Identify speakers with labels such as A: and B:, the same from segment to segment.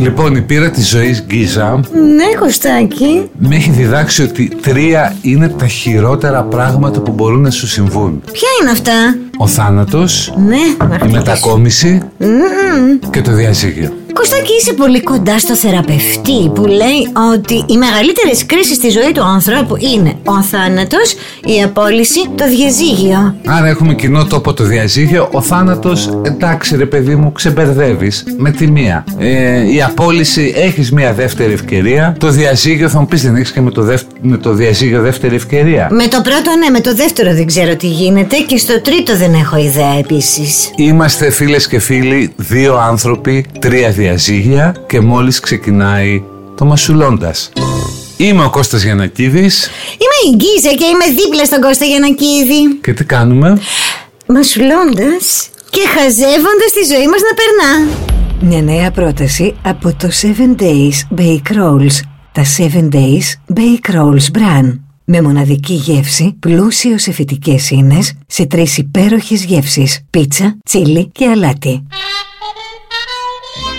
A: Λοιπόν, η πείρα της ζωής Γκίζα
B: Ναι, Κωστάκη.
A: με έχει διδάξει ότι τρία είναι τα χειρότερα πράγματα που μπορούν να σου συμβούν.
B: Ποια είναι αυτά.
A: Ο θάνατος,
B: Ναι,
A: η
B: μαρτύρες.
A: μετακόμιση
B: Μμμ.
A: και το διαζύγιο.
B: Κωστάκη, είσαι πολύ κοντά στο θεραπευτή που λέει ότι οι μεγαλύτερες κρίσεις στη ζωή του ανθρώπου είναι ο θάνατος, η απόλυση, το διαζύγιο.
A: Άρα έχουμε κοινό τόπο το διαζύγιο. Ο θάνατος, εντάξει ρε παιδί μου, ξεμπερδεύεις με τη μία. Ε, η απόλυση, έχεις μία δεύτερη ευκαιρία. Το διαζύγιο, θα μου πεις, δεν έχεις και με το, δεύ- με το διαζύγιο δεύτερη ευκαιρία.
B: Με το πρώτο ναι, με το δεύτερο δεν ξέρω τι γίνεται και στο τρίτο δεν έχω ιδέα επίσης.
A: Είμαστε φίλες και φίλοι, δύο άνθρωποι, τρία διαζύγια και μόλις ξεκινάει το Μασουλώντας. Είμαι ο Κώστας Γιανακίδης
B: Είμαι η Γκίζα και είμαι δίπλα στον Κώστα Γιανακίδη.
A: και τι κάνουμε.
B: Μασουλώντας και χαζεύοντας τη ζωή μας να περνά.
C: Μια νέα πρόταση από το 7 Days Bake Rolls. Τα 7 Days Bake Rolls Bran. Με μοναδική γεύση, πλούσιο σε φυτικές ίνες, σε τρεις υπέροχες γεύσεις. Πίτσα, τσίλι και αλάτι.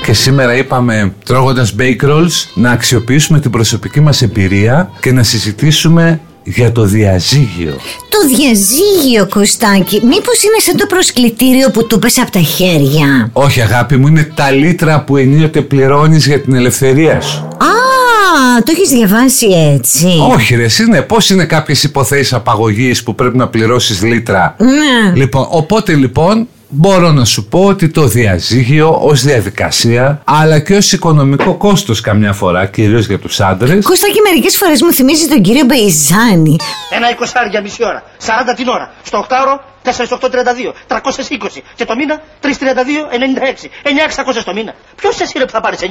A: Και σήμερα είπαμε τρώγοντας bake rolls να αξιοποιήσουμε την προσωπική μας εμπειρία και να συζητήσουμε για το διαζύγιο.
B: Το διαζύγιο, Κωστάκη, μήπως είναι σαν το προσκλητήριο που του πέσε από τα χέρια.
A: Όχι αγάπη μου, είναι τα λίτρα που ενίοτε πληρώνεις για την ελευθερία σου.
B: Α, το έχεις διαβάσει έτσι.
A: Όχι ρε, εσύ είναι πώς είναι κάποιες υποθέσεις απαγωγής που πρέπει να πληρώσεις λίτρα
B: Ναι.
A: Λοιπόν, οπότε λοιπόν μπορώ να σου πω ότι το διαζύγιο ως διαδικασία αλλά και ως οικονομικό κόστος καμιά φορά κυρίως για τους άντρες
B: Κωστάκη, μερικές φορές μου θυμίζεις τον κύριο Μπεϊζάνη.
D: Ένα εικοσάρι για μισή ώρα. 40 την ώρα. Στο οκτάωρο 4 στο 832. 320. Και το μήνα 332-96. 9.600 το μήνα. Ποιος εσύ ρε που θα πάρεις 9.600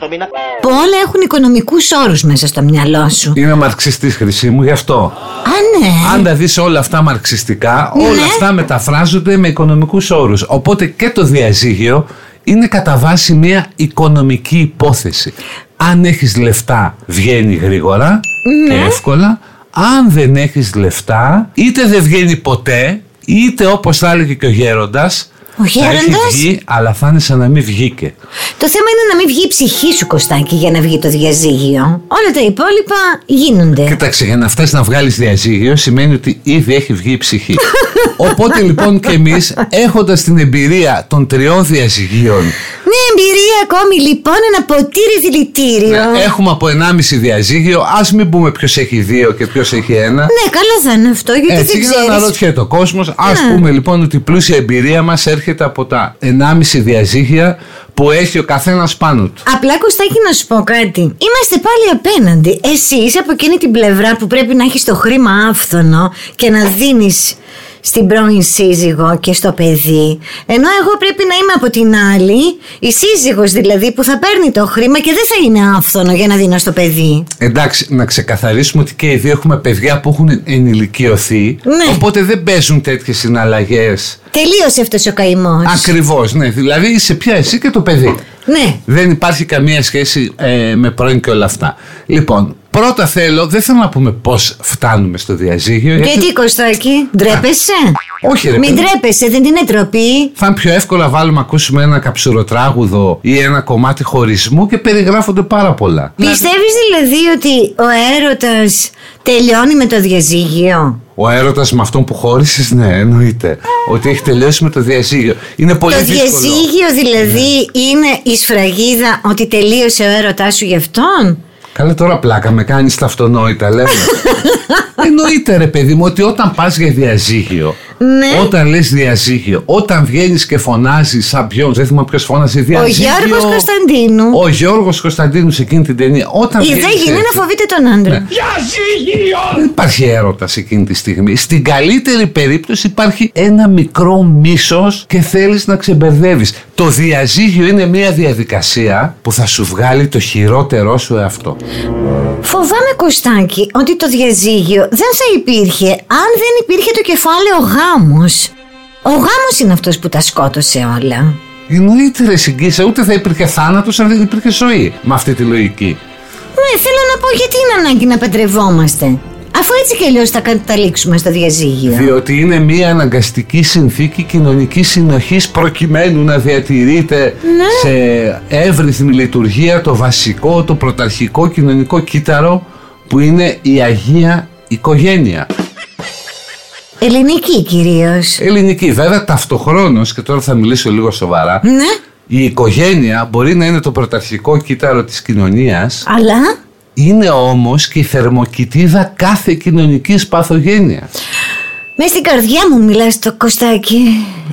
D: το μήνα.
B: Που όλα έχουν οικονομικούς όρους μέσα στο μυαλό σου.
A: Είμαι μαρξιστής χρυσή μου γι' αυτό
B: Α, ναι.
A: Αν τα δεις όλα αυτά μαρξιστικά
B: Ναι.
A: όλα αυτά μεταφράζονται με οικονομικούς όρους Οπότε και το διαζύγιο είναι κατά βάση μια οικονομική υπόθεση Αν έχεις λεφτά βγαίνει γρήγορα
B: Ναι.
A: και εύκολα Αν δεν έχεις λεφτά είτε δεν βγαίνει ποτέ Είτε όπως θα έλεγε και ο γέροντας
B: Ο
A: Θα
B: γέροντας?
A: έχει βγει αλλά θα είναι σαν να μην βγήκε
B: Το θέμα είναι να μην βγει η ψυχή σου, Κωστάκη, για να βγει το διαζύγιο. Όλα τα υπόλοιπα γίνονται.
A: Κοίταξε, για να φτάσεις να βγάλεις διαζύγιο σημαίνει ότι ήδη έχει βγει η ψυχή. Οπότε λοιπόν και εμείς, έχοντας την εμπειρία των τριών διαζυγίων,
B: Ναι, εμπειρία ακόμη λοιπόν, ένα ποτήρι δηλητήριο.
A: έχουμε από 1,5 διαζύγιο. Ας μην πούμε ποιος έχει δύο και ποιος έχει ένα.
B: Ναι, καλό θα είναι αυτό, γιατί
A: Έτσι,
B: δεν Ναι.
A: για Ε, να
B: ξέρεις.
A: αναρωτιέται ο κόσμος. Ας πούμε λοιπόν ότι η πλούσια εμπειρία μας έρχεται από τα 1,5 διαζύγια που έχει ο καθένας πάνω του.
B: Απλά Κωστάκη να σου πω κάτι. Είμαστε πάλι απέναντι. Εσύ είσαι από εκείνη την πλευρά που πρέπει να έχεις το χρήμα άφθονο και να δίνεις στην πρώην σύζυγο και στο παιδί. Ενώ εγώ πρέπει να είμαι από την άλλη, η σύζυγος δηλαδή που θα παίρνει το χρήμα και δεν θα είναι άφθονο για να δίνω στο παιδί.
A: Εντάξει, να ξεκαθαρίσουμε ότι και οι δύο έχουμε παιδιά που έχουν ενηλικιωθεί.
B: Ναι.
A: Οπότε δεν παίζουν τέτοιες συναλλαγές
B: Τελείωσε αυτός ο καημός
A: Ακριβώς, ναι. Δηλαδή είσαι πια εσύ και το παιδί.
B: Ναι.
A: Δεν υπάρχει καμία σχέση ε, με πρώην και όλα αυτά. Λοιπόν, πρώτα θέλω, δεν θέλω να πούμε πώς φτάνουμε στο διαζύγιο.
B: Και τι Κωστάκη, ντρέπεσαι.
A: Όχι, ρε
B: Μην
A: παιδί.
B: ντρέπεσαι, δεν είναι τροπή.
A: Θα είναι πιο εύκολα βάλουμε ακούσουμε ένα καψουροτράγουδο ή ένα κομμάτι χωρισμού και περιγράφονται πάρα πολλά.
B: Πιστεύεις δηλαδή ότι ο έρωτας τελειώνει με το διαζύγιο.
A: Ο έρωτας με αυτόν που χώρισες, ναι, εννοείται. Ότι έχει τελειώσει με το διαζύγιο. Είναι πολύ
B: Το
A: δύσκολο. Ναι.
B: διαζύγιο δηλαδή είναι η σφραγίδα ότι τελείωσε ο έρωτάς σου γι' αυτόν.
A: Καλά τώρα πλάκα, με κάνεις τα αυτονόητα λέμε. Εννοείται ρε παιδί μου ότι όταν πας για διαζύγιο,
B: Ναι.
A: όταν λες διαζύγιο, όταν βγαίνεις και φωνάζεις σαν ποιον, δεν θυμάμαι ποιος φώνασε
B: Ο
A: διαζύγιο.
B: Γιώργος Κωνσταντίνου. Ε,
A: Ο Γιώργος Κωνσταντίνου σε εκείνη την ταινία. Όταν
B: Η δε
A: βγαίνεις
B: γίνει
A: έτσι,
B: να φοβείται τον άντρα.
A: Ναι. Δεν υπάρχει έρωτας σε εκείνη τη στιγμή. Στην καλύτερη περίπτωση υπάρχει ένα μικρό μίσος και θέλεις να ξεμπερδεύεις. Το διαζύγιο είναι μια διαδικασία που θα σου βγάλει το χειρότερό σου εαυτό.
B: Φοβάμαι Κωστάκη ότι το διαζύγιο δεν θα υπήρχε αν δεν υπήρχε το κεφάλαιο γάμος. Ο γάμος είναι αυτός που τα σκότωσε όλα.
A: Εννοείται ρε συγκίσα, ούτε θα υπήρχε θάνατος αν δεν υπήρχε ζωή με αυτή τη λογική.
B: Ναι, θέλω να πω γιατί είναι ανάγκη να παντρευόμαστε. Αφού έτσι και αλλιώς θα καταλήξουμε στο διαζύγιο.
A: Διότι είναι μια αναγκαστική συνθήκη κοινωνικής συνοχής προκειμένου να διατηρείται σε εύρυθμη λειτουργία το βασικό, το πρωταρχικό κοινωνικό κύτταρο που είναι η Αγία Οικογένεια.
B: Ελληνική κυρίως.
A: Ε- Ελληνική, βέβαια ταυτοχρόνως, και τώρα θα μιλήσω λίγο σοβαρά,
B: Ναι,
A: η οικογένεια μπορεί να είναι το πρωταρχικό κύτταρο της κοινωνίας,
B: αλλά.
A: είναι όμως και η θερμοκοιτίδα κάθε κοινωνικής παθογένειας.
B: Μες στην καρδιά μου μιλάς το Κωστάκι.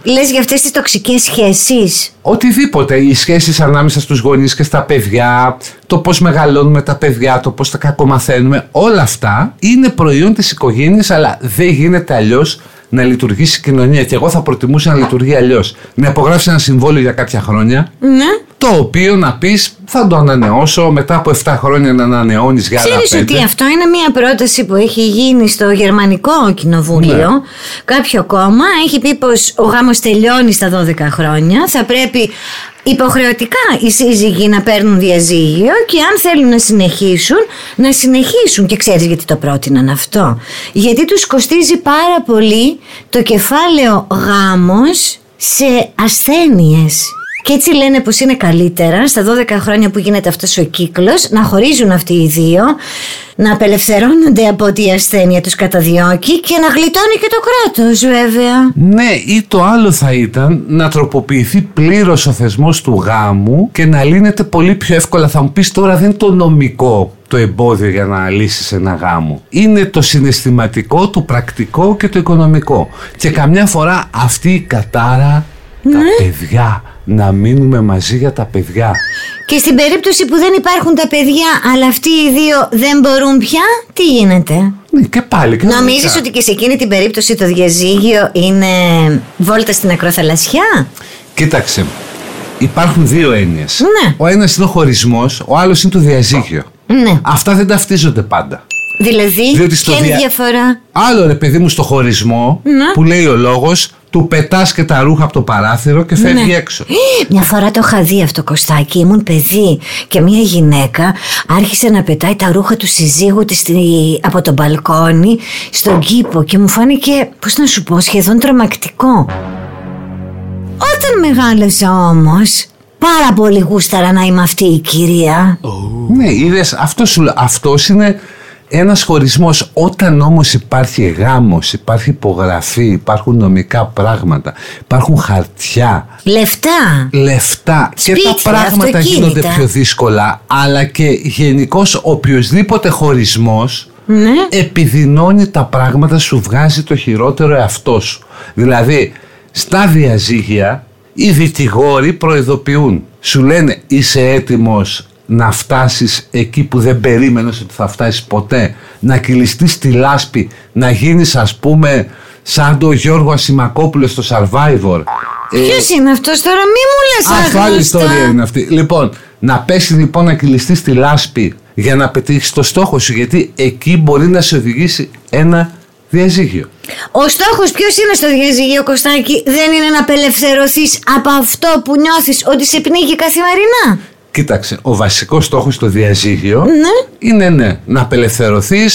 B: Λες για αυτές τις τοξικές σχέσεις.
A: Οτιδήποτε, οι σχέσεις ανάμεσα στους γονείς και στα παιδιά, το πώς μεγαλώνουμε τα παιδιά, το πώς τα κακομαθαίνουμε, όλα αυτά είναι προϊόν της οικογένειας, αλλά δεν γίνεται αλλιώς να λειτουργήσει η κοινωνία. Και εγώ θα προτιμούσα να λειτουργεί αλλιώς. Να υπογράψει ένα συμβόλαιο για κάποια χρόνια,
B: Ναι.
A: το οποίο να πεις θα το ανανεώσω μετά από 7 χρόνια να ανανεώνεις για άλλα
B: Ξέρεις
A: πέντε.
B: ότι αυτό είναι μια πρόταση που έχει γίνει στο Γερμανικό Κοινοβούλιο.
A: Ναι.
B: Κάποιο κόμμα έχει πει πως ο γάμος τελειώνει στα 12 χρόνια. Θα πρέπει υποχρεωτικά οι σύζυγοι να παίρνουν διαζύγιο και αν θέλουν να συνεχίσουν, να συνεχίσουν. Και ξέρεις γιατί το πρότειναν αυτό. Γιατί τους κοστίζει πάρα πολύ το κεφάλαιο γάμος σε ασθένειες. Και έτσι λένε πως είναι καλύτερα στα 12 χρόνια που γίνεται αυτός ο κύκλος να χωρίζουν αυτοί οι δύο, να απελευθερώνονται από ότι η ασθένεια τους καταδιώκει και να γλιτώνει και το κράτος βέβαια.
A: Ναι, ή το άλλο θα ήταν να τροποποιηθεί πλήρως ο θεσμός του γάμου και να λύνεται πολύ πιο εύκολα. Θα μου πεις τώρα δεν είναι το νομικό το εμπόδιο για να λύσεις ένα γάμο. Είναι το συναισθηματικό, το πρακτικό και το οικονομικό. Και καμιά φορά αυτή η κατάρα, τα
B: Ναι.
A: παιδιά, να μείνουμε μαζί για τα παιδιά.
B: Και στην περίπτωση που δεν υπάρχουν τα παιδιά αλλά αυτοί οι δύο δεν μπορούν πια, τι γίνεται.
A: Ναι, και πάλι. Και
B: Νομίζεις ότι και σε εκείνη την περίπτωση το διαζύγιο είναι βόλτα στην ακροθαλασσιά.
A: Κοίταξε, υπάρχουν δύο έννοιες.
B: Ναι.
A: Ο ένας είναι ο χωρισμός, ο άλλος είναι το διαζύγιο.
B: Ναι.
A: Αυτά δεν ταυτίζονται πάντα.
B: Δηλαδή,
A: Διότι στο
B: ποια είναι η
A: δια-
B: διαφορά.
A: Άλλο ρε παιδί μου στο χωρισμό
B: Ναι.
A: που λέει ο λόγος του πετάς και τα ρούχα από το παράθυρο και φεύγει έξω.
B: Μια φορά το είχα δει αυτό Κωστάκι, ήμουν παιδί και μια γυναίκα άρχισε να πετάει τα ρούχα του συζύγου της στη- από τον μπαλκόνι στον κήπο και μου φάνηκε, πώς να σου πω, σχεδόν τρομακτικό. Όταν μεγάλωσα όμως, πάρα πολύ γούσταρα να είμαι αυτή η κυρία.
A: Ναι, είδες, αυτό σου λέ- αυτός είναι ένας χωρισμός. Όταν όμως υπάρχει γάμος, υπάρχει υπογραφή, υπάρχουν νομικά πράγματα, υπάρχουν χαρτιά,
B: Λεφτά.
A: λεφτά και τα
B: Σπίτια,
A: πράγματα
B: αυτοκίνητα.
A: γίνονται πιο δύσκολα αλλά και γενικώς οποιοδήποτε χωρισμός επιδεινώνει τα πράγματα σου βγάζει το χειρότερο εαυτό σου δηλαδή στα διαζύγια οι δικηγόροι προειδοποιούν σου λένε είσαι έτοιμος να φτάσεις εκεί που δεν περίμενες ότι θα φτάσεις ποτέ να κυλιστείς στη λάσπη να γίνεις ας πούμε σαν το Γιώργο Ασημακόπουλο στο Survivor Ε,
B: Ποιος είναι αυτός τώρα, μη μου λες
A: αυτό άλλη
B: άγνωστα.
A: ιστορία είναι αυτή. Λοιπόν, να πέσει λοιπόν να κυλιστείς στη λάσπη για να πετύχεις το στόχο σου, γιατί εκεί μπορεί να σε οδηγήσει ένα διαζύγιο.
B: Ο στόχος ποιος είναι στο διαζύγιο Κωστάκι δεν είναι να απελευθερωθείς από αυτό που νιώθεις ότι σε πνίγει καθημερινά.
A: Κοίταξε, ο βασικός στόχος στο διαζύγιο είναι ναι, να απελευθερωθείς,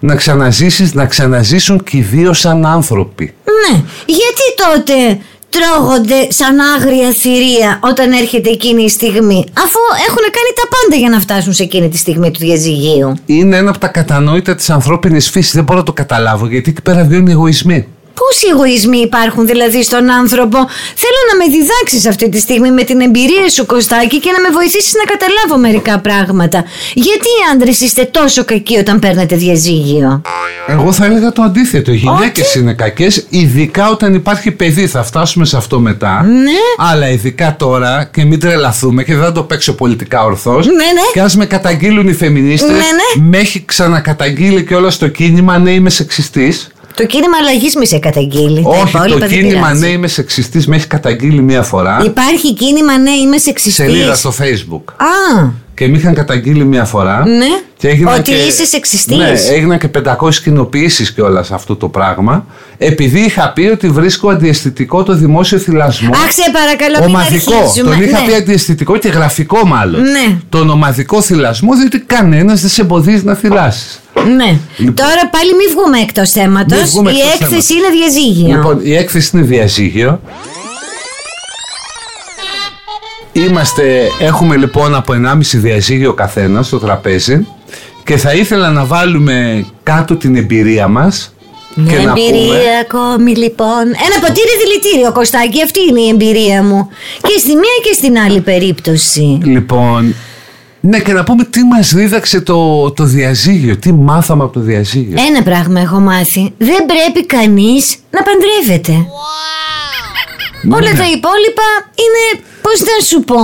A: να ξαναζήσεις, να ξαναζήσουν και οι δύο σαν άνθρωποι.
B: Ναι. Γιατί τότε τρώγονται σαν άγρια θηρία όταν έρχεται εκείνη η στιγμή, αφού έχουν κάνει τα πάντα για να φτάσουν σε εκείνη τη στιγμή του διαζυγίου.
A: Είναι ένα από τα κατανόητα της ανθρώπινης φύσης. Δεν μπορώ να το καταλάβω, γιατί εκεί πέρα βγαίνουν εγωισμοί.
B: Πόσοι εγωισμοί υπάρχουν δηλαδή στον άνθρωπο. Θέλω να με διδάξεις αυτή τη στιγμή με την εμπειρία σου Κωστάκη και να με βοηθήσεις να καταλάβω μερικά πράγματα. Γιατί οι άντρες είστε τόσο κακοί όταν παίρνετε διαζύγιο.
A: Εγώ θα έλεγα το αντίθετο. Οι γυναίκες είναι κακές, ειδικά όταν υπάρχει παιδί. Θα φτάσουμε σε αυτό μετά.
B: Ναι.
A: Αλλά ειδικά τώρα και μην τρελαθούμε και δεν θα το παίξω πολιτικά ορθώς.
B: Ναι, ναι.
A: Και ας με καταγγείλουν οι φεμινίστε.
B: Ναι, ναι.
A: Με έχει ξανακαταγγείλει και όλα στο κίνημα. Ναι, είμαι σεξιστής.
B: Το κίνημα αλλαγής μη σε καταγγείλει. Τα
A: Όχι,
B: υπόλοιπα
A: το
B: δεν
A: κίνημα
B: πειράζει.
A: Ναι, είμαι σεξιστής με έχει καταγγείλει μία φορά.
B: Υπάρχει κίνημα ναι, είμαι σεξιστής.
A: Σελίδα στο Facebook.
B: Α,
A: Και με είχαν καταγγείλει μία φορά.
B: Ναι.
A: Και έγιναν
B: Ότι είσαι σεξιστής.
A: Ναι, έγιναν και 500 κοινοποιήσει και όλα σε αυτό το πράγμα. Επειδή είχα πει ότι βρίσκω αντιαισθητικό το δημόσιο θυλασμό.
B: αχ, σε παρακαλώ, μην
A: Ομαδικό.
B: αρχίζουμε.
A: Τον είχα
B: Ναι.
A: πει αντιαισθητικό και γραφικό μάλλον.
B: Ναι.
A: Τον ομαδικό θυλασμό, διότι κανένας δεν σε εμποδίζει να θυλάσεις.
B: Ναι.
A: Λοιπόν.
B: Τώρα πάλι μην βγούμε εκτός θέματος.
A: Μην βγούμε
B: Η
A: εκτός
B: έκθεση
A: θέματος.
B: είναι διαζύγιο.
A: Λοιπόν, η έκθεση είναι διαζύγιο. Είμαστε, έχουμε λοιπόν από 1,5 διαζύγιο καθένας στο τραπέζι και θα ήθελα να βάλουμε κάτω την εμπειρία μας
B: Μια
A: και να πούμε
B: εμπειρία ακόμη λοιπόν. Ένα ποτήρι δηλητήριο, Κωστάκη. Αυτή είναι η εμπειρία μου. Και στη μία και στην άλλη περίπτωση.
A: λοιπόν ναι και να πούμε τι μας δίδαξε το, το διαζύγιο, τι μάθαμε από το διαζύγιο
B: Ένα πράγμα έχω μάθει. Δεν πρέπει κανείς να παντρεύεται.
A: Ναι.
B: Όλα τα υπόλοιπα είναι, πώς να σου πω,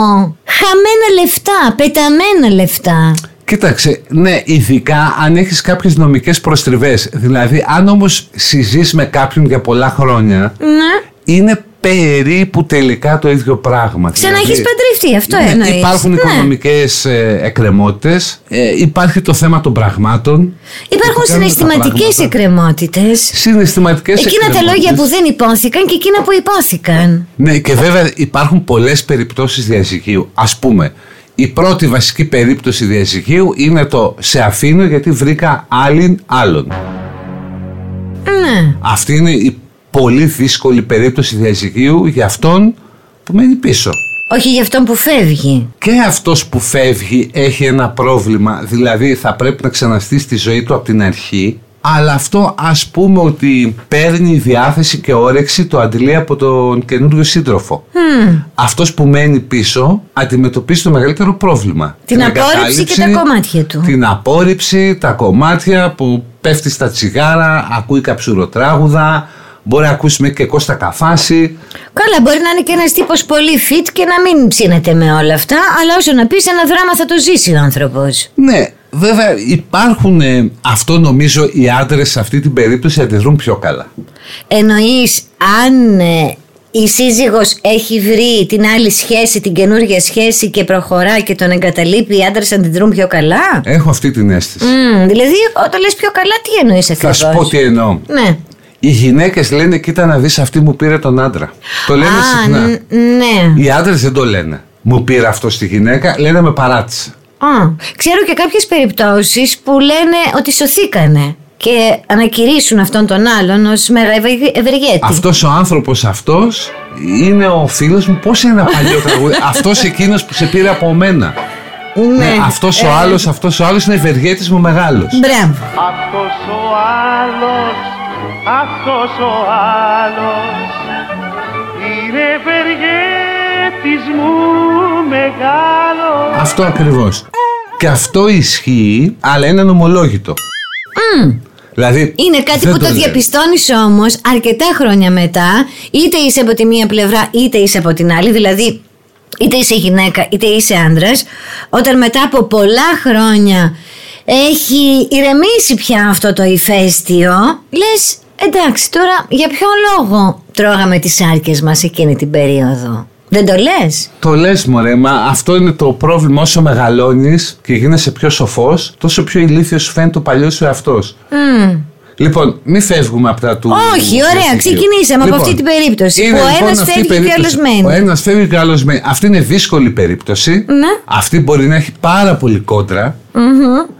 B: χαμένα λεφτά, πεταμένα λεφτά.
A: Κοίταξε, ναι, ειδικά αν έχεις κάποιες νομικές προστριβές. Δηλαδή, αν όμως συζείς με κάποιον για πολλά χρόνια,
B: Ναι.
A: είναι περίπου τελικά το ίδιο πράγμα.
B: Ξανά
A: Δηλαδή,
B: έχεις παντρευτεί, αυτό
A: ναι,
B: εννοείς.
A: Υπάρχουν
B: Ναι.
A: οικονομικές ε, εκκρεμότητες, ε, υπάρχει το θέμα των πραγμάτων.
B: Υπάρχουν
A: Ότι κάνουμε τα
B: συναισθηματικές
A: πράγματα.
B: εκκρεμότητες.
A: Συναισθηματικές
B: Εκείνα τα λόγια που δεν υπόθηκαν και εκείνα που υπόθηκαν.
A: Ναι, και βέβαια υπάρχουν πολλές περιπτώσεις διαζυγίου. Ας πούμε, η πρώτη βασική περίπτωση διαζυγίου είναι το «σε αφήνω γιατί βρήκα άλλην άλλον».
B: Ναι.
A: Αυτή είναι η πολύ δύσκολη περίπτωση διαζυγίου για αυτόν που μένει πίσω.
B: Όχι για αυτόν που φεύγει.
A: Και αυτός που φεύγει έχει ένα πρόβλημα, δηλαδή θα πρέπει να ξαναστήσει τη ζωή του από την αρχή, αλλά αυτό ας πούμε ότι παίρνει διάθεση και όρεξη το αντιλεί από τον καινούριο σύντροφο. Αυτός που μένει πίσω αντιμετωπίζει το μεγαλύτερο πρόβλημα.
B: Την απόρριψη
A: εγκατάλειψη,
B: και τα κομμάτια του.
A: Την απόρριψη, τα κομμάτια που πέφτει στα τσιγάρα, ακούει καψουροτράγουδα, μπορεί να ακούσει μέχρι και Κώστα Καφάση.
B: Καλά, μπορεί να είναι και ένας τύπος πολύ fit και να μην ψήνεται με όλα αυτά, αλλά όσο να πεις, ένα δράμα θα το ζήσει ο άνθρωπος.
A: Ναι, βέβαια υπάρχουν, ε, αυτό νομίζω οι άντρες σε αυτή την περίπτωση αντιδρούν πιο καλά.
B: Εννοείς αν ε, η σύζυγος έχει βρει την άλλη σχέση, την καινούργια σχέση και προχωρά και τον εγκαταλείπει, οι άντρες αντιδρούν πιο καλά.
A: Έχω αυτή την αίσθηση.
B: Μμμ, δηλαδή, όταν λες πιο καλά, τι εννοείς
A: Ε. Θα
B: ακριβώς
A: σου πω τι εννοώ.
B: Ναι.
A: Οι γυναίκες λένε, κοίτα να δεις αυτή μου πήρε τον άντρα. Το λένε
B: Α,
A: συχνά.
B: ν- ναι.
A: Οι άντρες δεν το λένε. Μου πήρε αυτό στη γυναίκα, λένε με παράτησε.
B: Α, ξέρω και κάποιες περιπτώσεις που λένε ότι σωθήκανε και ανακηρύσουν αυτόν τον άλλον ως μέρα ευε- ευεργέτη.
A: Αυτός ο άνθρωπος αυτός είναι ο φίλος μου. Πώς είναι ένα παλιό τραγούδι. αυτός εκείνος που σε πήρε από μένα.
B: Ναι.
A: Ναι, αυτός ο άλλος, αυτός ο άλλος είναι ευεργέτης μου μεγάλος.
B: Μπράβο.
E: Αυτός ο άλλος, αυτός ο άλλος είναι ευεργέτης μου μεγάλος.
A: Αυτό ακριβώς. Και αυτό ισχύει, αλλά είναι νομολόγητο. Δηλαδή,
B: Είναι κάτι
A: δεν
B: που το,
A: λένε.
B: διαπιστώνεις όμως αρκετά χρόνια μετά, είτε είσαι από τη μία πλευρά είτε είσαι από την άλλη, δηλαδή είτε είσαι γυναίκα είτε είσαι άντρας, όταν μετά από πολλά χρόνια έχει ηρεμήσει πια αυτό το ηφαίστειο, λες εντάξει τώρα για ποιο λόγο τρώγαμε τις άρκες μας εκείνη την περίοδο. Δεν το λες.
A: Το λες μωρέ, μα αυτό είναι το πρόβλημα όσο μεγαλώνεις και γίνεσαι πιο σοφός, τόσο πιο ηλίθιος σου φαίνεται ο παλιός σου εαυτός. Λοιπόν, μην φεύγουμε από τα του.
B: Όχι, ωραία,
A: διαζυγίου.
B: ξεκινήσαμε από αυτή την περίπτωση,
A: είναι λοιπόν
B: που ο ένας
A: αυτή η
B: φεύγει και ο
A: περίπτωση.
B: άλλος μένει.
A: Ο ένας φεύγει και ο άλλος μένει. Αυτή είναι δύσκολη περίπτωση.
B: Ναι.
A: Αυτή μπορεί να έχει πάρα πολύ κόντρα.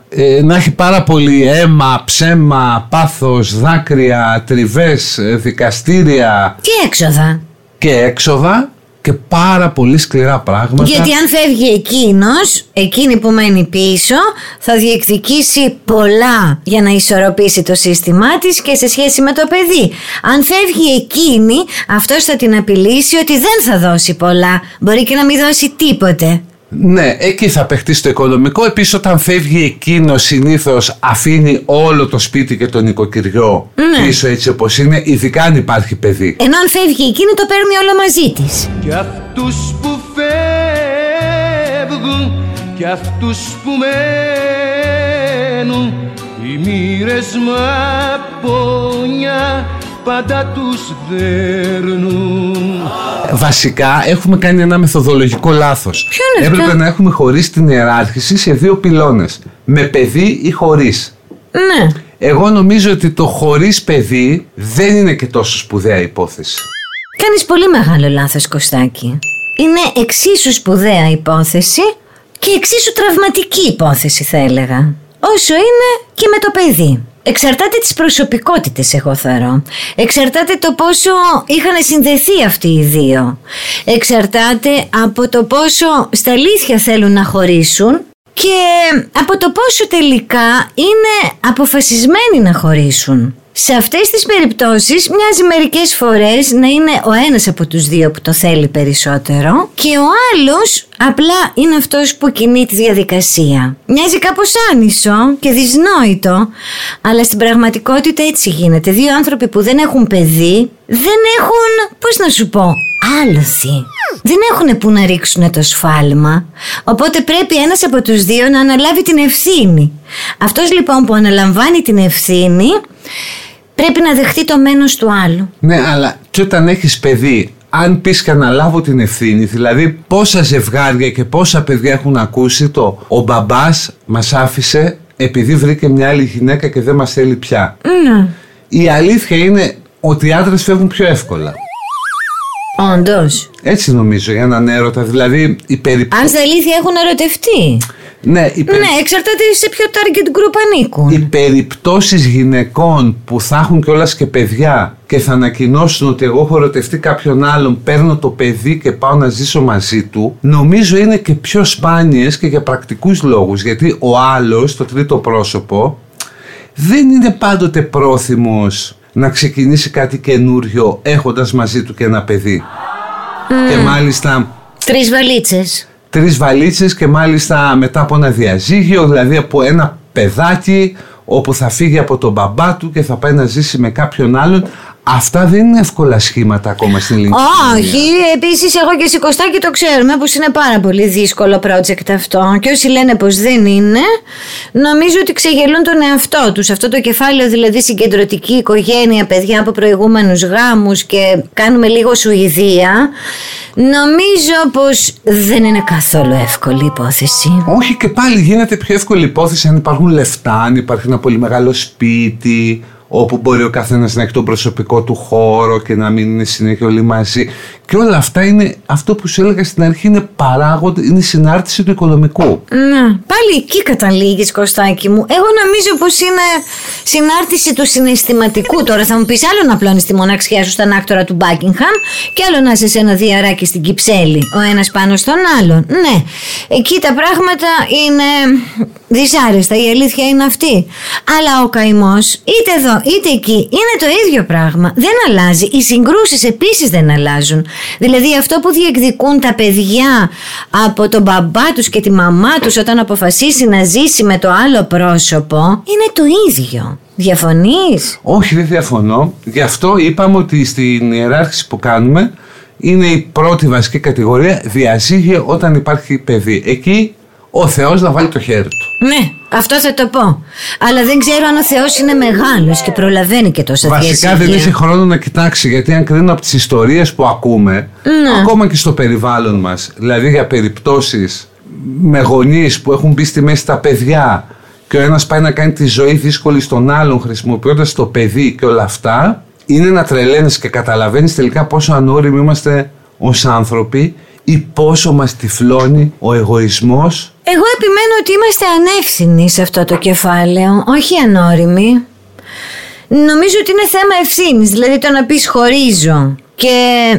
A: Ε, να έχει πάρα πολύ αίμα, ψέμα, πάθος, δάκρυα, τριβές, ε, δικαστήρια
B: Τι έξοδα.
A: και έξοδα και πάρα πολύ σκληρά πράγματα.
B: Γιατί αν φεύγει εκείνος, εκείνη που μένει πίσω, θα διεκδικήσει πολλά για να ισορροπήσει το σύστημά της και σε σχέση με το παιδί. Αν φεύγει εκείνη, αυτός θα την απειλήσει ότι δεν θα δώσει πολλά. Μπορεί και να μην δώσει τίποτε.
A: Ναι, εκεί θα παιχτεί στο οικονομικό. Επίσης, όταν φεύγει εκείνο, συνήθως αφήνει όλο το σπίτι και το νοικοκυριό
B: Ναι.
A: πίσω έτσι όπως είναι, ειδικά αν υπάρχει παιδί.
B: Ενώ αν φεύγει εκείνη, το παίρνει όλο μαζί της.
F: Κι αυτούς που φεύγουν Κι αυτούς που μένουν Η μοίρασμα πόνια Πάντα τους δέρνουν
A: Βασικά, έχουμε κάνει ένα μεθοδολογικό λάθος.
B: είναι
A: Έπρεπε
B: αυτό?
A: να έχουμε χωρίσει την ιεράρχηση σε δύο πυλώνες. Με παιδί ή χωρίς.
B: Ναι.
A: Εγώ νομίζω ότι το χωρίς παιδί δεν είναι και τόσο σπουδαία υπόθεση.
B: Κάνεις πολύ μεγάλο λάθος Κωστάκη. Είναι εξίσου σπουδαία υπόθεση και εξίσου τραυματική υπόθεση θα έλεγα. όσο είναι και με το παιδί. Εξαρτάται τις προσωπικότητες εγώ θεωρώ. Εξαρτάται το πόσο είχαν συνδεθεί αυτοί οι δύο. Εξαρτάται από το πόσο στα αλήθεια θέλουν να χωρίσουν και από το πόσο τελικά είναι αποφασισμένοι να χωρίσουν. Σε αυτές τις περιπτώσεις μοιάζει μερικές φορές να είναι ο ένας από τους δύο που το θέλει περισσότερο και ο άλλος απλά είναι αυτός που κινεί τη διαδικασία. Μοιάζει κάπως άνισο και δυσνόητο, αλλά στην πραγματικότητα έτσι γίνεται. Δύο άνθρωποι που δεν έχουν παιδί δεν έχουν, πώς να σου πω, άλωση. Δεν έχουν που να ρίξουν το σφάλμα, οπότε πρέπει ένας από τους δύο να αναλάβει την ευθύνη. Αυτός λοιπόν που αναλαμβάνει την ευθύνη πρέπει να δεχτεί το μένος του άλλου.
A: Ναι, αλλά και όταν έχεις παιδί, αν πεις και αναλάβω την ευθύνη, δηλαδή πόσα ζευγάρια και πόσα παιδιά έχουν ακούσει το «Ο μπαμπάς μας άφησε επειδή βρήκε μια άλλη γυναίκα και δεν μας θέλει πια».
B: Ναι.
A: Η αλήθεια είναι ότι οι άντρες φεύγουν πιο εύκολα.
B: Όντως.
A: Έτσι νομίζω για έναν έρωτα. Δηλαδή η περι...
B: Αν στα αλήθεια έχουν ερωτευτεί.
A: Ναι, η περι-
B: Ναι, εξαρτάται σε ποιο target group ανήκουν.
A: οι περιπτώσεις γυναικών που θα έχουν κιόλας και παιδιά και θα ανακοινώσουν ότι εγώ έχω ερωτευτεί κάποιον άλλον, παίρνω το παιδί και πάω να ζήσω μαζί του, νομίζω είναι και πιο σπάνιες και για πρακτικούς λόγους, γιατί ο άλλος, το τρίτο πρόσωπο, δεν είναι πάντοτε πρόθυμος να ξεκινήσει κάτι καινούριο έχοντας μαζί του και ένα παιδί. Και μάλιστα
B: Τρεις βαλίτσες.
A: τρεις βαλίτσες και μάλιστα μετά από ένα διαζύγιο, δηλαδή από ένα παιδάκι όπου θα φύγει από τον μπαμπά του και θα πάει να ζήσει με κάποιον άλλον. Αυτά δεν είναι εύκολα σχήματα ακόμα στην ελληνική κοινωνία.
B: Όχι, επίσης εγώ και Σικοστάκη το ξέρουμε πως είναι πάρα πολύ δύσκολο project αυτό. Και όσοι λένε πως δεν είναι, νομίζω ότι ξεγελούν τον εαυτό τους. Αυτό το κεφάλαιο δηλαδή συγκεντρωτική οικογένεια, παιδιά από προηγούμενους γάμους και κάνουμε λίγο σουηδία. Νομίζω πως δεν είναι καθόλου εύκολη η υπόθεση.
A: Όχι και πάλι γίνεται πιο εύκολη υπόθεση αν υπάρχουν λεφτά, αν υπάρχει ένα πολύ μεγάλο σπίτι όπου μπορεί ο καθένας να έχει τον προσωπικό του χώρο και να μην είναι συνέχεια όλοι μαζί. Και όλα αυτά είναι, αυτό που σου έλεγα στην αρχή, είναι παράγοντα, είναι συνάρτηση του οικονομικού.
B: Ναι. Πάλι εκεί καταλήγεις, Κωστάκι μου. Εγώ νομίζω πως είναι συνάρτηση του συναισθηματικού. Τώρα θα μου πεις άλλο να πλώνει τη μοναξιά σου στον άκτορα του Μπάκιγχαμ και άλλο να είσαι σε ένα διαράκι στην Κυψέλη. Ο ένας πάνω στον άλλον. Ναι. Εκεί τα πράγματα είναι δυσάρεστα. Η αλήθεια είναι αυτή. Αλλά ο καημός, είτε εδώ είτε εκεί, είναι το ίδιο πράγμα. Δεν αλλάζει. Οι συγκρούσεις επίσης δεν αλλάζουν. Δηλαδή αυτό που διεκδικούν τα παιδιά από τον μπαμπά τους και τη μαμά τους όταν αποφασίσει να ζήσει με το άλλο πρόσωπο είναι το ίδιο. Διαφωνείς.
A: Όχι, δεν διαφωνώ. Γι' αυτό είπαμε ότι στην ιεράρχηση που κάνουμε είναι η πρώτη βασική κατηγορία διαζύγιο όταν υπάρχει παιδί. Εκεί ο Θεός να βάλει το χέρι του.
B: Ναι, αυτό θα το πω. Αλλά δεν ξέρω αν ο Θεός είναι μεγάλος και προλαβαίνει και τόσα
A: Βασικά δεν
B: διαζύγια.
A: έχει χρόνο να κοιτάξει, γιατί αν κρίνω από τις ιστορίες που ακούμε,
B: Ναι.
A: ακόμα και στο περιβάλλον μας, δηλαδή για περιπτώσεις με γονείς που έχουν μπει στη μέση τα παιδιά και ο ένας πάει να κάνει τη ζωή δύσκολη στον άλλον χρησιμοποιώντας το παιδί και όλα αυτά, είναι να τρελαίνεις και καταλαβαίνεις τελικά πόσο ανώριμοι είμαστε ως άνθρωποι ή πόσο μας τυφλώνει ο εγωισμός
B: Εγώ επιμένω ότι είμαστε ανεύθυνοι σε αυτό το κεφάλαιο, όχι ανώριμοι. Νομίζω ότι είναι θέμα ευθύνης. Δηλαδή το να πεις χωρίζω και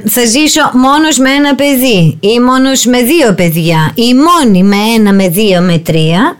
B: θα ζήσω μόνος με ένα παιδί ή μόνος με δύο παιδιά ή μόνη με ένα, με δύο, με τρία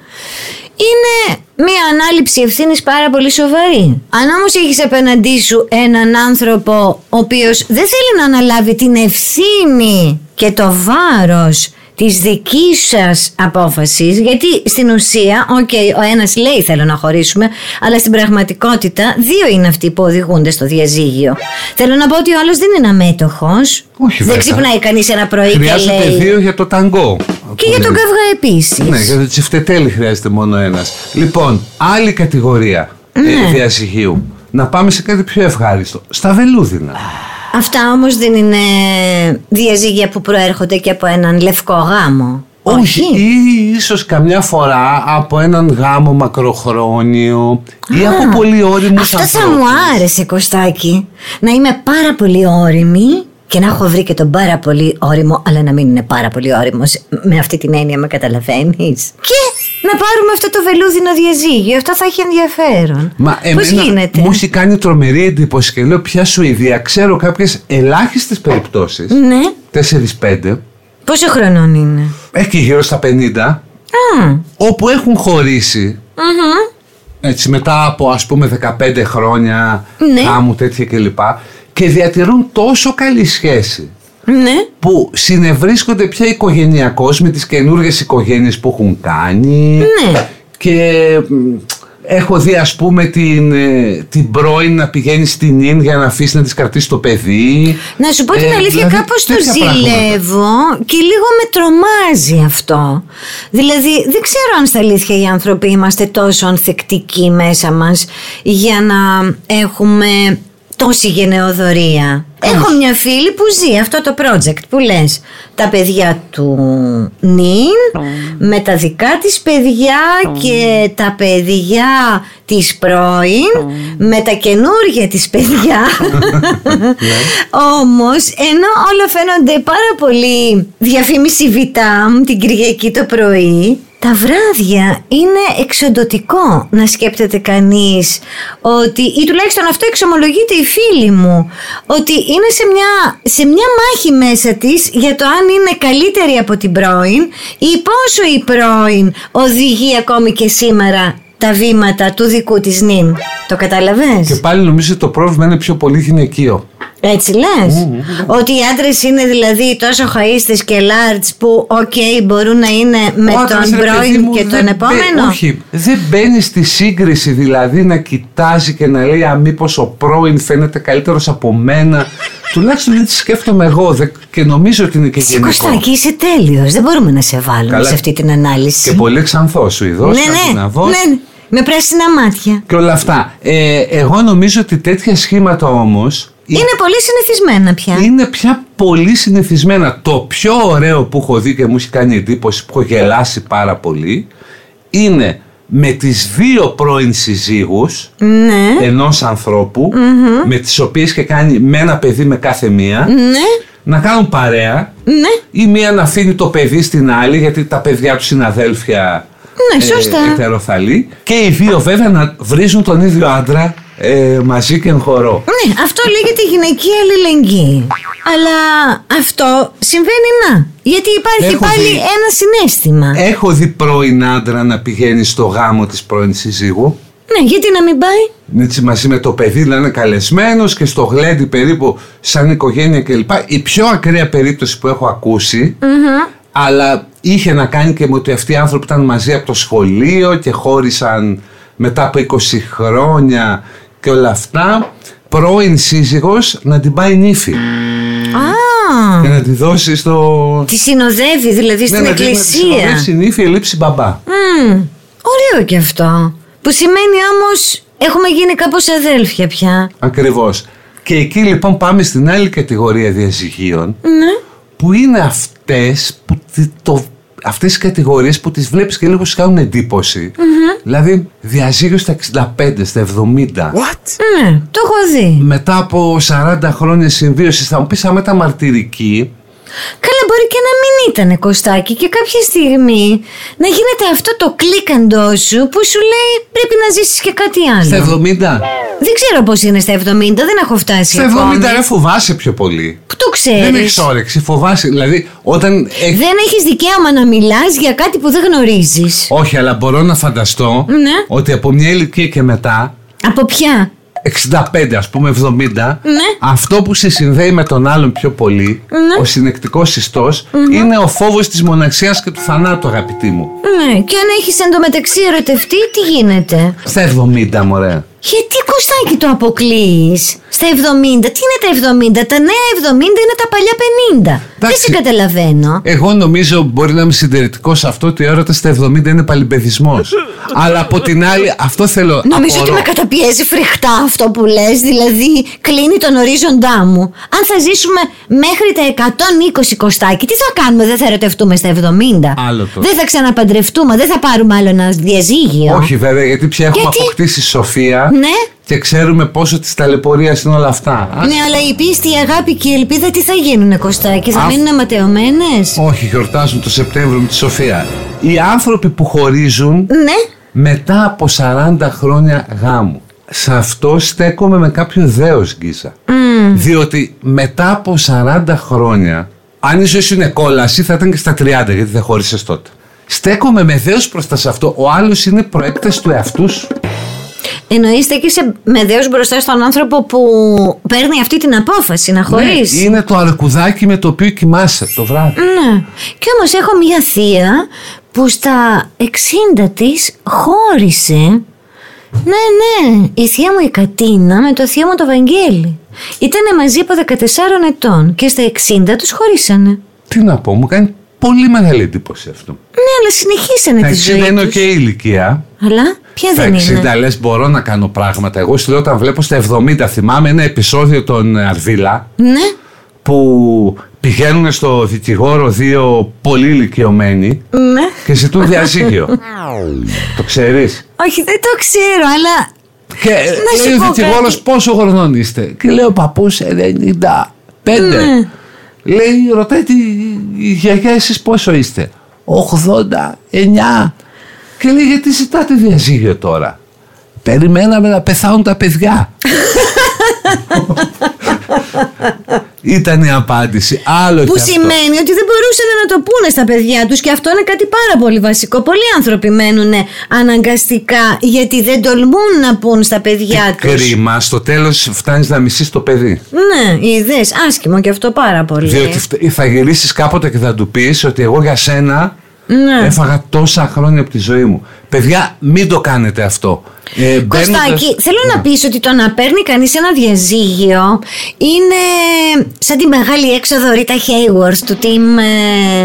B: είναι μια ανάληψη ευθύνης πάρα πολύ σοβαρή. Αν όμως έχεις απέναντί σου έναν άνθρωπο ο οποίος δεν θέλει να αναλάβει την ευθύνη και το βάρος της δικής σας απόφασης γιατί στην ουσία, οκ, ο ένας λέει θέλω να χωρίσουμε αλλά στην πραγματικότητα δύο είναι αυτοί που οδηγούνται στο διαζύγιο. Θέλω να πω ότι ο άλλος δεν είναι αμέτωχος.
A: Όχι,
B: δεν
A: βέβαια.
B: ξυπνάει κανείς ένα πρωί Ε, και
A: χρειάζεται
B: λέει.
A: δύο για το ταγκό.
B: Και για τον καυγά επίσης.
A: Ναι, για το τσιφτετέλι χρειάζεται μόνο ένας. Λοιπόν, άλλη κατηγορία
B: Ναι.
A: ε, διαζυγίου. Να πάμε σε κάτι πιο ευχάριστο. Στα βελούδινα.
B: Αυτά όμως δεν είναι διαζύγια που προέρχονται και από έναν λευκό γάμο.
A: Ή ίσως καμιά φορά από έναν γάμο μακροχρόνιο ή Ε, από πολύ όριμου
B: Αυτό θα μου άρεσε Κωστάκη. Να είμαι πάρα πολύ όρημη και να έχω βρει και τον πάρα πολύ όριμο, αλλά να μην είναι πάρα πολύ όριμο. Με αυτή την έννοια με καταλαβαίνεις. Και Να πάρουμε αυτό το βελούδινο διαζύγιο. Αυτό θα έχει ενδιαφέρον.
A: Μα
B: Πώς
A: εμένα
B: γίνεται.
A: μου έχει κάνει τρομερή εντύπωση και λέω πια Σουηδία. Ξέρω κάποιες ελάχιστες περιπτώσεις.
B: Ναι.
A: 4-5.
B: Πόσο χρονών είναι.
A: Εκεί γύρω στα 50.
B: Α,
A: όπου έχουν χωρίσει, Έτσι, μετά από ας πούμε 15 χρόνια
B: Ναι.
A: γάμου τέτοια κλπ. Και διατηρούν τόσο καλή σχέση
B: ναι.
A: που συνευρίσκονται πια οικογενειακώς με τις καινούργιες οικογένειες που έχουν κάνει.
B: Ναι.
A: Και μ, έχω δει ας πούμε την, ε, την πρώην να πηγαίνει στην ίν για να αφήσει να της κρατήσει το παιδί.
B: Να σου πω την
A: Ε,
B: αλήθεια,
A: δηλαδή,
B: κάπως το
A: τέτοια πράγματα.
B: ζηλεύω και λίγο με τρομάζει αυτό. Δηλαδή, δεν ξέρω αν στα αλήθεια οι άνθρωποι είμαστε τόσο ανθεκτικοί μέσα μας για να έχουμε τόση γενεοδορία. Έχω μια φίλη που ζει αυτό το project που λες τα παιδιά του νυν με τα δικά της παιδιά και τα παιδιά της πρώην με τα καινούργια της παιδιά όμως ενώ όλα φαίνονται πάρα πολύ διαφήμιση Βιτάμ την Κυριακή το πρωί τα βράδια είναι εξοντοτικό να σκέπτεται κανείς ότι, ή τουλάχιστον αυτό εξομολογείται η φίλη μου, ότι είναι σε μια, σε μια μάχη μέσα της για το αν είναι καλύτερη από την πρώην ή πόσο η πρώην οδηγεί ακόμη και σήμερα τα βήματα του δικού της νυν.
A: Και
B: Το καταλαβες?
A: πάλι νομίζω ότι το πρόβλημα είναι πιο πολύ γυναικείο.
B: Έτσι
A: Ναι,
B: λες Ότι οι άντρες είναι δηλαδή τόσο χαΐστες και large που οκ μπορούν να είναι με
A: Ο άντρας,
B: τον
A: ρε παιδί
B: πρώην
A: μου,
B: και
A: δεν
B: τον
A: μπε-
B: επόμενο.
A: όχι, δεν μπαίνει στη σύγκριση δηλαδή να κοιτάζει και να λέει «Α, μήπως ο πρώην φαίνεται καλύτερος από μένα». Τουλάχιστον έτσι σκέφτομαι εγώ δε- και νομίζω ότι είναι και
B: Εσύ
A: γενικό.
B: Κωστάκη είσαι τέλειος Δεν μπορούμε να σε βάλουμε
A: Καλά.
B: σε αυτή την ανάλυση
A: Και πολύ ξανθός σου ειδός,
B: ναι, ναι,
A: Σκανδιναβός
B: ναι, ναι. με πράσινα μάτια
A: και όλα αυτά. Ε, εγώ νομίζω ότι τέτοια σχήματα όμως
B: Είναι πολύ συνηθισμένα πια
A: είναι πια πολύ συνηθισμένα. Το πιο ωραίο που έχω δει και μου έχει κάνει εντύπωση, που έχω γελάσει πάρα πολύ, είναι με τις δύο πρώην συζύγους
B: Ναι,
A: ενός ανθρώπου, με τις οποίες και κάνει με ένα παιδί με κάθε μία,
B: ναι,
A: να κάνουν παρέα
B: ναι,
A: ή μία να αφήνει το παιδί στην άλλη γιατί τα παιδιά τους είναι αδέλφια ε,
B: Ναι, σωστά.
A: ετεροθαλή και οι δύο βέβαια να βρίζουν τον ίδιο άντρα ε, μαζί και εν χορό.
B: ναι Αυτό λέγεται γυναική αλληλεγγύη Αλλά αυτό συμβαίνει να Γιατί υπάρχει
A: Έχω
B: πάλι
A: δει. Ε.
B: ένα συνέστημα
A: Έχω δει πρώην άντρα να πηγαίνει στο γάμο της πρώην συζύγου.
B: Ναι, γιατί να μην πάει
A: Έτσι μαζί με το παιδί να είναι καλεσμένος και στο γλέντι περίπου σαν οικογένεια κλπ. Η πιο ακραία περίπτωση που έχω ακούσει, αλλά είχε να κάνει και με ότι αυτοί οι άνθρωποι ήταν μαζί από το σχολείο και χώρισαν μετά από 20 χρόνια και όλα αυτά. Πρώην σύζυγος να την πάει νύφη
B: Α,
A: και να τη δώσει στο...
B: τη συνοδεύει δηλαδή στην
A: Ναι, να τη- να τη
B: εκκλησία.
A: συνοδεύσει νύφη ελείψη μπαμπά.
B: Μμμ, ωραίο και αυτό. Που σημαίνει όμως έχουμε γίνει κάπως αδέλφια πια.
A: Ακριβώς. Και εκεί λοιπόν πάμε στην άλλη κατηγορία διαζυγίων
B: Ναι.
A: που είναι αυτές που τι- το, αυτές οι κατηγορίες που τις βλέπεις και λίγο σου κάνουν εντύπωση. Δηλαδή διαζύγιο στα 65, στα 70.
B: Ναι, το έχω δει.
A: Μετά από 40 χρόνια συμβίωσης θα μου πεις άμα ήταν μαρτυρική.
B: Καλά, μπορεί και να μην ήταν κοστάκι και κάποια στιγμή να γίνεται αυτό το κλικαντό σου που σου λέει πρέπει να ζήσεις και κάτι άλλο.
A: Στα 70.
B: Δεν ξέρω πώς είναι στα 70, δεν έχω φτάσει
A: Στα 70
B: ακόμη.
A: δεν φοβάσαι πιο πολύ.
B: Πού το
A: Δεν
B: ξέρεις.
A: έχεις όρεξη, φοβάσαι. Δηλαδή όταν έχ-
B: Ε, Δεν έχεις δικαίωμα να μιλάς για κάτι που δεν γνωρίζεις.
A: Όχι, αλλά μπορώ να φανταστώ
B: Ναι.
A: ότι από μια ηλικία και μετά
B: Από ποια.
A: 65 ας πούμε 70
B: Ναι.
A: αυτό που σε συνδέει με τον άλλον πιο πολύ ο συνεκτικός ιστός, είναι ο φόβος της μοναξιάς και του θανάτου αγαπητή μου
B: Ναι, και αν έχεις εντωμεταξύ ερωτευτεί, τι γίνεται.
A: στα 70 μωρέ
B: Γιατί κοστάκι το αποκλείει στα 70. Τι είναι τα 70, τα νέα 70 είναι τα παλιά 50. Δεν
A: Εντάξει.
B: σε καταλαβαίνω.
A: εγώ νομίζω μπορεί να είμαι συντηρητικός σε αυτό ότι η έρωτας στα 70 είναι παλιμπεδισμός αλλά από την άλλη αυτό θέλω
B: Νομίζω ότι
A: απορώ.
B: με καταπιέζει φρικτά αυτό που λες, δηλαδή κλείνει τον ορίζοντά μου. Αν θα ζήσουμε μέχρι τα 120 κοστάκι, τι θα κάνουμε, δεν θα ερωτευτούμε στα 70.
A: Άλλο το.
B: Δεν θα ξαναπαντρευτούμε, δεν θα πάρουμε άλλο ένα διαζύγιο.
A: όχι βέβαια γιατί πια έχουμε
B: Γιατί?
A: αποκτήσει σοφία
B: Ναι.
A: και ξέρουμε πόσο της ταλαιπωρία είναι όλα αυτά. Α,
B: Ναι, αλλά η πίστη, η αγάπη και η ελπίδα τι θα γίνουνε, Κωστάκη, θα
A: Α.
B: μείνουν ματαιωμένες.
A: Όχι, γιορτάζουν το Σεπτέμβριο με τη Σοφία. Οι άνθρωποι που χωρίζουν
B: Ναι.
A: μετά από 40 χρόνια γάμου. Σε αυτό στέκομαι με κάποιο δέος Γκίζα. Διότι μετά από 40 χρόνια, αν η ζωή σου είναι κόλαση, θα ήταν και στα 30 γιατί δεν χώρισες τότε. Στέκομαι με δέος προς τα σε αυτό. Ο άλλος είναι προέκταση του εαυτού σου.
B: Εννοείστε και σε με δέος μπροστά στον άνθρωπο που παίρνει αυτή την απόφαση να χωρίσει.
A: Ναι, είναι το αρκουδάκι με το οποίο κοιμάσαι το βράδυ.
B: Ναι. Και όμως έχω μια θεία που στα 60 της χώρισε. Ναι, ναι. Η θεία μου η Κατίνα με το θείο μου το Βαγγέλη. Ήτανε μαζί από 14 ετών και στα 60 τους χωρίσανε.
A: Τι να πω, μου κάνει πολύ μεγάλη εντύπωση αυτό.
B: Ναι, αλλά συνεχίσανε
A: Τα 60
B: τη ζωή
A: είναι οκ
B: τους.
A: η ηλικία.
B: Αλλά ποια
A: Στα
B: δεν
A: 60
B: είναι.
A: λες μπορώ να κάνω πράγματα. Εγώ σου λέω όταν βλέπω στα 70 θυμάμαι ένα επεισόδιο των ε, Αρδίλα
B: Ναι.
A: που πηγαίνουν στο δικηγόρο δύο πολύ ηλικιωμένοι
B: Ναι.
A: και ζητούν διαζύγιο. το ξέρεις.
B: Όχι, δεν το ξέρω, αλλά.
A: Και
B: Να σου
A: Ε, λέει
B: πω
A: ο δικηγόρος
B: κάτι.
A: πόσο χρονών είστε. Και λέει ο παππούς ε, 95. Ναι. Λέει ρωτάει τη η γιαγιά εσείς πόσο είστε. 89. Και λέει γιατί ζητάτε διαζύγιο τώρα. Περιμέναμε να πεθάνουν τα παιδιά. Ήταν η απάντηση. Άλλο
B: Που
A: και αυτό.
B: σημαίνει ότι δεν μπορούσαν να το πούνε στα παιδιά τους και αυτό είναι κάτι πάρα πολύ βασικό. Πολλοί άνθρωποι μένουν αναγκαστικά γιατί δεν τολμούν να πούν στα παιδιά του.
A: Ε, Κρίμα, στο τέλος φτάνεις να μισείς το παιδί.
B: Ναι, είδε. Άσχημο και αυτό πάρα πολύ.
A: Διότι φτα- θα γυρίσεις κάποτε και θα του πεις ότι εγώ για σένα
B: Ναι.
A: έφαγα τόσα χρόνια από τη ζωή μου. Παιδιά, μην το κάνετε αυτό. Ε,
B: Κωστάκη,
A: μπαίνοντας-
B: θέλω να πεις ότι το να παίρνει κανείς ένα διαζύγιο είναι σαν τη μεγάλη έξοδο Rita Hayworth του team,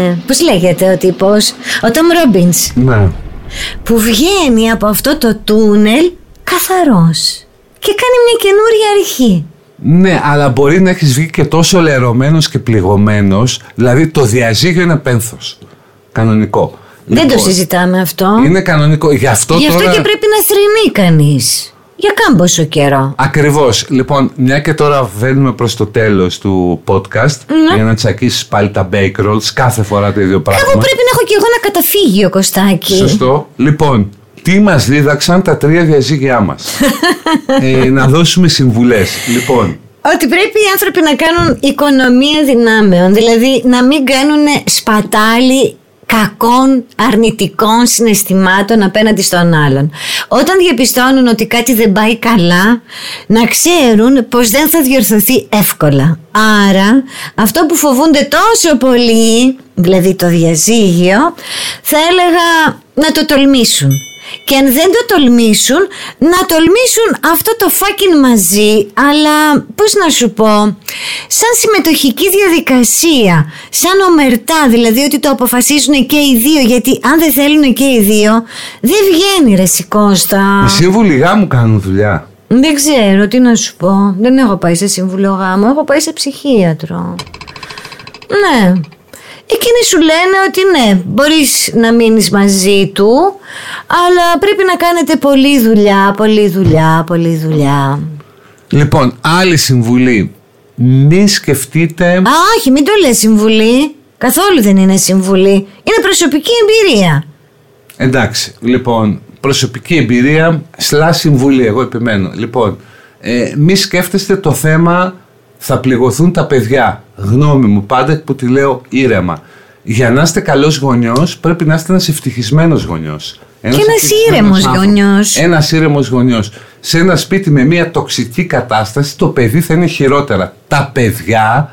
B: ε, πώς λέγεται ο τύπος, ο Tom Robbins.
A: Ναι.
B: που βγαίνει από αυτό το τούνελ καθαρός και κάνει μια καινούρια αρχή.
A: Ναι, αλλά μπορεί να έχεις βγει και τόσο λερωμένος και πληγωμένος. Δηλαδή το διαζύγιο είναι πένθος. Κανονικό.
B: Δεν το
A: Λοιπόν,
B: συζητάμε αυτό.
A: Είναι κανονικό. Γι' αυτό,
B: Γι' αυτό
A: τώρα...
B: και πρέπει να θρυνεί κανείς. Για κάμποσο καιρό.
A: Ακριβώς. Λοιπόν, μια και τώρα βαίνουμε προς το τέλος του podcast για να τσακίσεις πάλι τα bake rolls κάθε φορά το ίδιο πράγμα.
B: Ναι. Κάπου πρέπει να έχω κι εγώ να καταφύγει ο Κωστάκης.
A: Σωστό. Λοιπόν, τι μας δίδαξαν τα τρία διαζύγια μας. ε, να δώσουμε συμβουλές. Λοιπόν,
B: Ότι πρέπει οι άνθρωποι να κάνουν οικονομία δυνάμεων. Δηλαδή να μην κάνουν σπατάλη κακών αρνητικών συναισθημάτων απέναντι στον άλλον. Όταν διαπιστώνουν ότι κάτι δεν πάει καλά, να ξέρουν πως δεν θα διορθωθεί εύκολα. Άρα, αυτό που φοβούνται τόσο πολύ, δηλαδή το διαζύγιο, θα έλεγα να το τολμήσουν. Και αν δεν το τολμήσουν, να τολμήσουν αυτό το fucking μαζί, αλλά πώς να σου πω, σαν συμμετοχική διαδικασία, σαν ομερτά, δηλαδή ότι το αποφασίζουν και οι δύο, γιατί αν δεν θέλουν και οι δύο, δεν βγαίνει ρε σηκώστα.
A: οι σύμβουλοι γάμου κάνουν δουλειά.
B: Δεν ξέρω τι να σου πω, δεν έχω πάει σε συμβουλό γάμο, έχω πάει σε ψυχίατρο. Ναι. Εκείνοι σου λένε ότι ναι, μπορείς να μείνεις μαζί του, αλλά πρέπει να κάνετε πολλή δουλειά, πολλή δουλειά, πολλή δουλειά.
A: Λοιπόν, άλλη συμβουλή. Μη σκεφτείτε...
B: Α, όχι, μην το λες συμβουλή. Καθόλου δεν είναι συμβουλή. Είναι προσωπική εμπειρία.
A: Εντάξει, λοιπόν, προσωπική εμπειρία, σλά συμβουλή, εγώ επιμένω. Λοιπόν, ε, μη σκέφτεστε το θέμα θα πληγωθούν τα παιδιά. Γνώμη μου πάντα που τη λέω ήρεμα. Για να είστε καλός γονιός πρέπει να είστε ένας ευτυχισμένος γονιός.
B: Και ένας ήρεμος γονιός.
A: Ένας ήρεμος γονιός. Σε ένα σπίτι με μια τοξική κατάσταση, το παιδί θα είναι χειρότερα. Τα παιδιά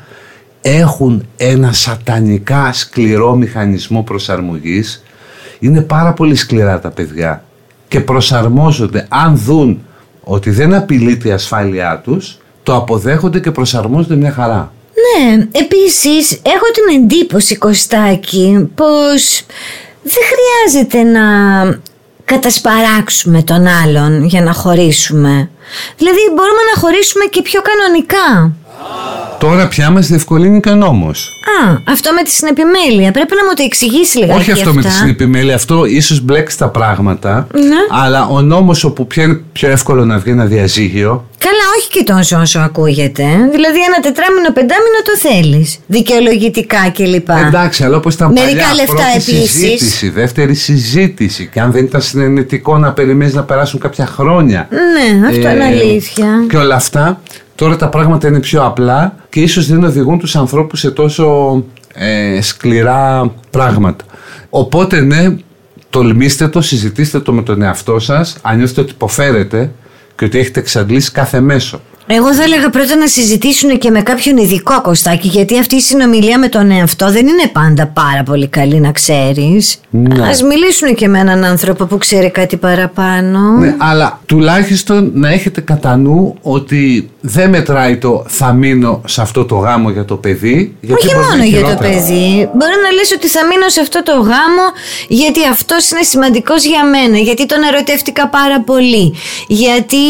A: έχουν ένα σατανικά σκληρό μηχανισμό προσαρμογής. Είναι πάρα πολύ σκληρά τα παιδιά και προσαρμόζονται. Αν δουν ότι δεν απειλείται η ασφάλειά τους, το αποδέχονται και προσαρμόζονται μια χαρά.
B: Ναι, επίσης έχω την εντύπωση Κωστάκη πως δεν χρειάζεται να κατασπαράξουμε τον άλλον για να χωρίσουμε. Δηλαδή μπορούμε να χωρίσουμε και πιο κανονικά.
A: Τώρα πια μας διευκολύνει και ο νόμος.
B: Α, αυτό με τη συνεπιμέλεια. Πρέπει να μου το εξηγήσει λιγάκι.
A: Όχι αυτό με
B: Ε, αυτά.
A: τη συνεπιμέλεια, αυτό ίσως μπλέξει τα πράγματα.
B: Ναι.
A: Αλλά ο νόμος όπου πια είναι πιο εύκολο να βγει ένα διαζύγιο,
B: Καλά, όχι και τόσο όσο ακούγεται. ε. Δηλαδή, ένα τετράμινο, πεντάμινο το θέλεις. Δικαιολογητικά κλπ.
A: Εντάξει, αλλά όπως ήταν
B: Μερικά
A: παλιά,
B: λεφτά
A: πρώτη
B: επίσης.
A: συζήτηση, δεύτερη συζήτηση. Και αν δεν ήταν συνενετικό να περιμένεις να περάσουν κάποια χρόνια.
B: Ναι, αυτό
A: Ε,
B: είναι αλήθεια.
A: Και όλα αυτά. Τώρα τα πράγματα είναι πιο απλά και ίσως δεν οδηγούν τους ανθρώπους σε τόσο ε, σκληρά πράγματα. Οπότε ναι, τολμήστε το, συζητήστε το με τον εαυτό σας, αν νιώθετε ότι υποφέρετε και ότι έχετε εξαντλήσει κάθε μέσο.
B: Εγώ θα έλεγα πρώτα να συζητήσουν και με κάποιον ειδικό κοστάκι, γιατί αυτή η συνομιλία με τον εαυτό δεν είναι πάντα πάρα πολύ καλή, να ξέρεις.
A: Ναι.
B: Ας μιλήσουν και με έναν άνθρωπο που ξέρει κάτι παραπάνω.
A: Ναι, αλλά τουλάχιστον να έχετε κατά νου ότι δεν μετράει το θα μείνω σε αυτό το γάμο για το παιδί. Γιατί
B: Όχι
A: μπορεί να
B: μόνο
A: είναι
B: για το
A: χειρότερα.
B: παιδί. Μπορεί να λες ότι θα μείνω σε αυτό το γάμο γιατί αυτός είναι σημαντικός για μένα. Γιατί τον ερωτεύτηκα πάρα πολύ. Γιατί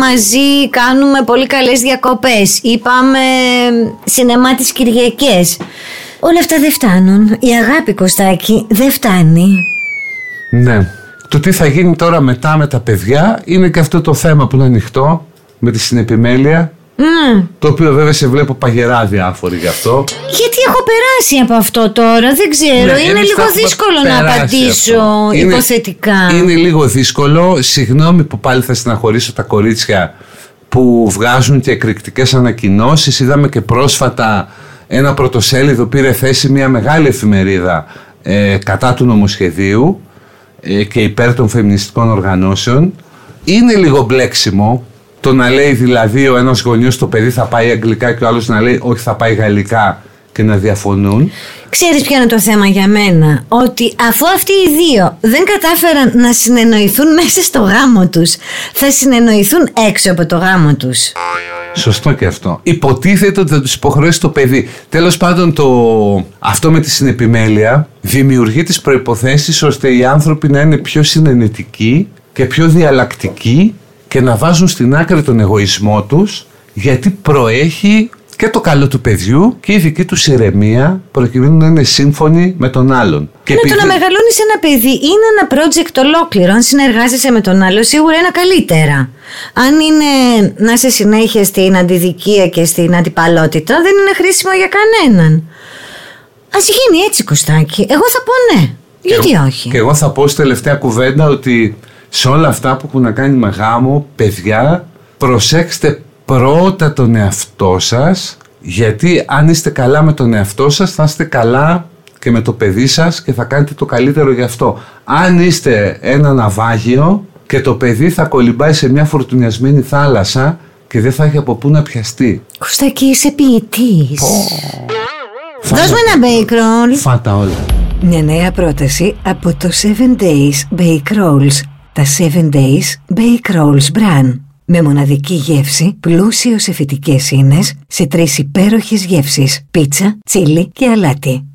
B: μαζί κάνουμε πολύ καλές διακοπές. Ή πάμε σινεμά τις Κυριακές. Όλα αυτά δεν φτάνουν. Η αγάπη, Κωστάκη, δεν φτάνει.
A: Ναι. Το τι θα γίνει τώρα μετά με τα παιδιά είναι και αυτό το θέμα που είναι ανοιχτό με τη συνεπιμέλεια. Το οποίο βέβαια σε βλέπω παγερά διάφοροι γι' αυτό.
B: Γιατί έχω περάσει από αυτό τώρα, δεν ξέρω.
A: Ναι,
B: είναι
A: εμείς τα
B: λίγο
A: έχουμε
B: δύσκολο να
A: περάσει
B: απαντήσω
A: αυτό. Είναι-
B: υποθετικά.
A: Είναι λίγο δύσκολο. Συγγνώμη που πάλι θα στεναχωρήσω τα κορίτσια που βγάζουν και εκρηκτικές ανακοινώσεις. Είδαμε και πρόσφατα ένα πρωτοσέλιδο πήρε θέση μια μεγάλη εφημερίδα ε, κατά του νομοσχεδίου ε, και υπέρ των φεμινιστικών οργανώσεων. Είναι λίγο μπλέξιμο το να λέει δηλαδή ο ένας γονιός το παιδί θα πάει αγγλικά και ο άλλος να λέει όχι θα πάει γαλλικά και να διαφωνούν.
B: Ξέρεις ποιο είναι το θέμα για μένα Ότι αφού αυτοί οι δύο δεν κατάφεραν να συνεννοηθούν μέσα στο γάμο τους Θα συνεννοηθούν έξω από το γάμο τους
A: Σωστό και αυτό. Υποτίθεται ότι θα τους υποχρεώσει το παιδί. Τέλος πάντων, το... αυτό με τη συνεπιμέλεια δημιουργεί τις προποθέσει ώστε οι άνθρωποι να είναι πιο συνενετικοί και πιο διαλλακτικοί και να βάζουν στην άκρη τον εγωισμό τους γιατί προέχει και το καλό του παιδιού και η δική του ηρεμία προκειμένου να είναι σύμφωνοι με τον άλλον. Και
B: Είναι το
A: επειδή-
B: να μεγαλώνεις ένα παιδί Είναι ένα project ολόκληρο Αν συνεργάζεσαι με τον άλλο σίγουρα είναι καλύτερα Αν είναι να είσαι συνέχεια στην αντιδικία και στην αντιπαλότητα Δεν είναι χρήσιμο για κανέναν Ας γίνει έτσι Κωστάκη Εγώ θα πω ναι γιατί
A: εγώ-
B: όχι.
A: Και εγώ θα πω στη τελευταία κουβέντα ότι σε όλα αυτά που έχουν να κάνει με γάμο, παιδιά, προσέξτε πρώτα τον εαυτό σας, γιατί αν είστε καλά με τον εαυτό σας, θα είστε καλά και με το παιδί σας και θα κάνετε το καλύτερο γι' αυτό. Αν είστε ένα ναυάγιο και το παιδί θα κολυμπάει σε μια φορτουνιασμένη θάλασσα και δεν θα έχει από πού να πιαστεί.
B: Κωστάκη είσαι ποιητής Δώσ' μου ένα bacon.
A: Φάτα όλα.
C: Μια νέα πρόταση από το 7 Days Bake Rolls. Τα 7 Days Bake Rolls Bran. Με μοναδική γεύση, πλούσιος σε φυτικές ίνες, σε τρεις υπέροχες γεύσεις, πίτσα, τσίλι και αλάτι.